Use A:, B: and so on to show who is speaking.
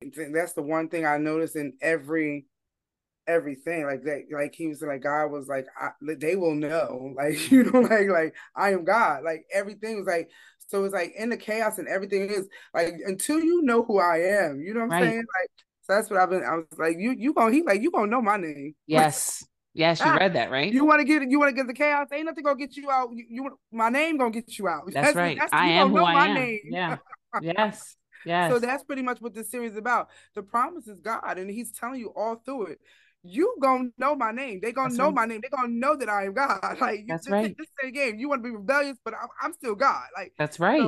A: thing. That's the one thing I noticed in every everything like that like he was like god was like I, they will know like you know like like i am god like everything was like so it's like in the chaos and everything is like until you know who i am you know what i'm
B: Right.
A: saying like so that's what i've been i was like you you gonna he like you gonna know my name
B: Yes. Yes, you
A: Ah,
B: read that, right?
A: you want to get you want to get the chaos ain't nothing gonna get you out you, you- my name gonna get you out
B: That's right. I
A: you
B: am
A: gonna
B: who
A: know
B: I
A: my
B: am.
A: name.
B: Yeah. Yes. Yes.
A: So that's pretty much what this series is about. The promise is God, and He's telling you all through it. You gonna know my name. They gonna
B: That's
A: know
B: right.
A: my name. They gonna know that I am God. Like you-
B: That's
A: this,
B: right.
A: This same game. You want to be rebellious, but I'm, I'm still God. Like
B: That's right.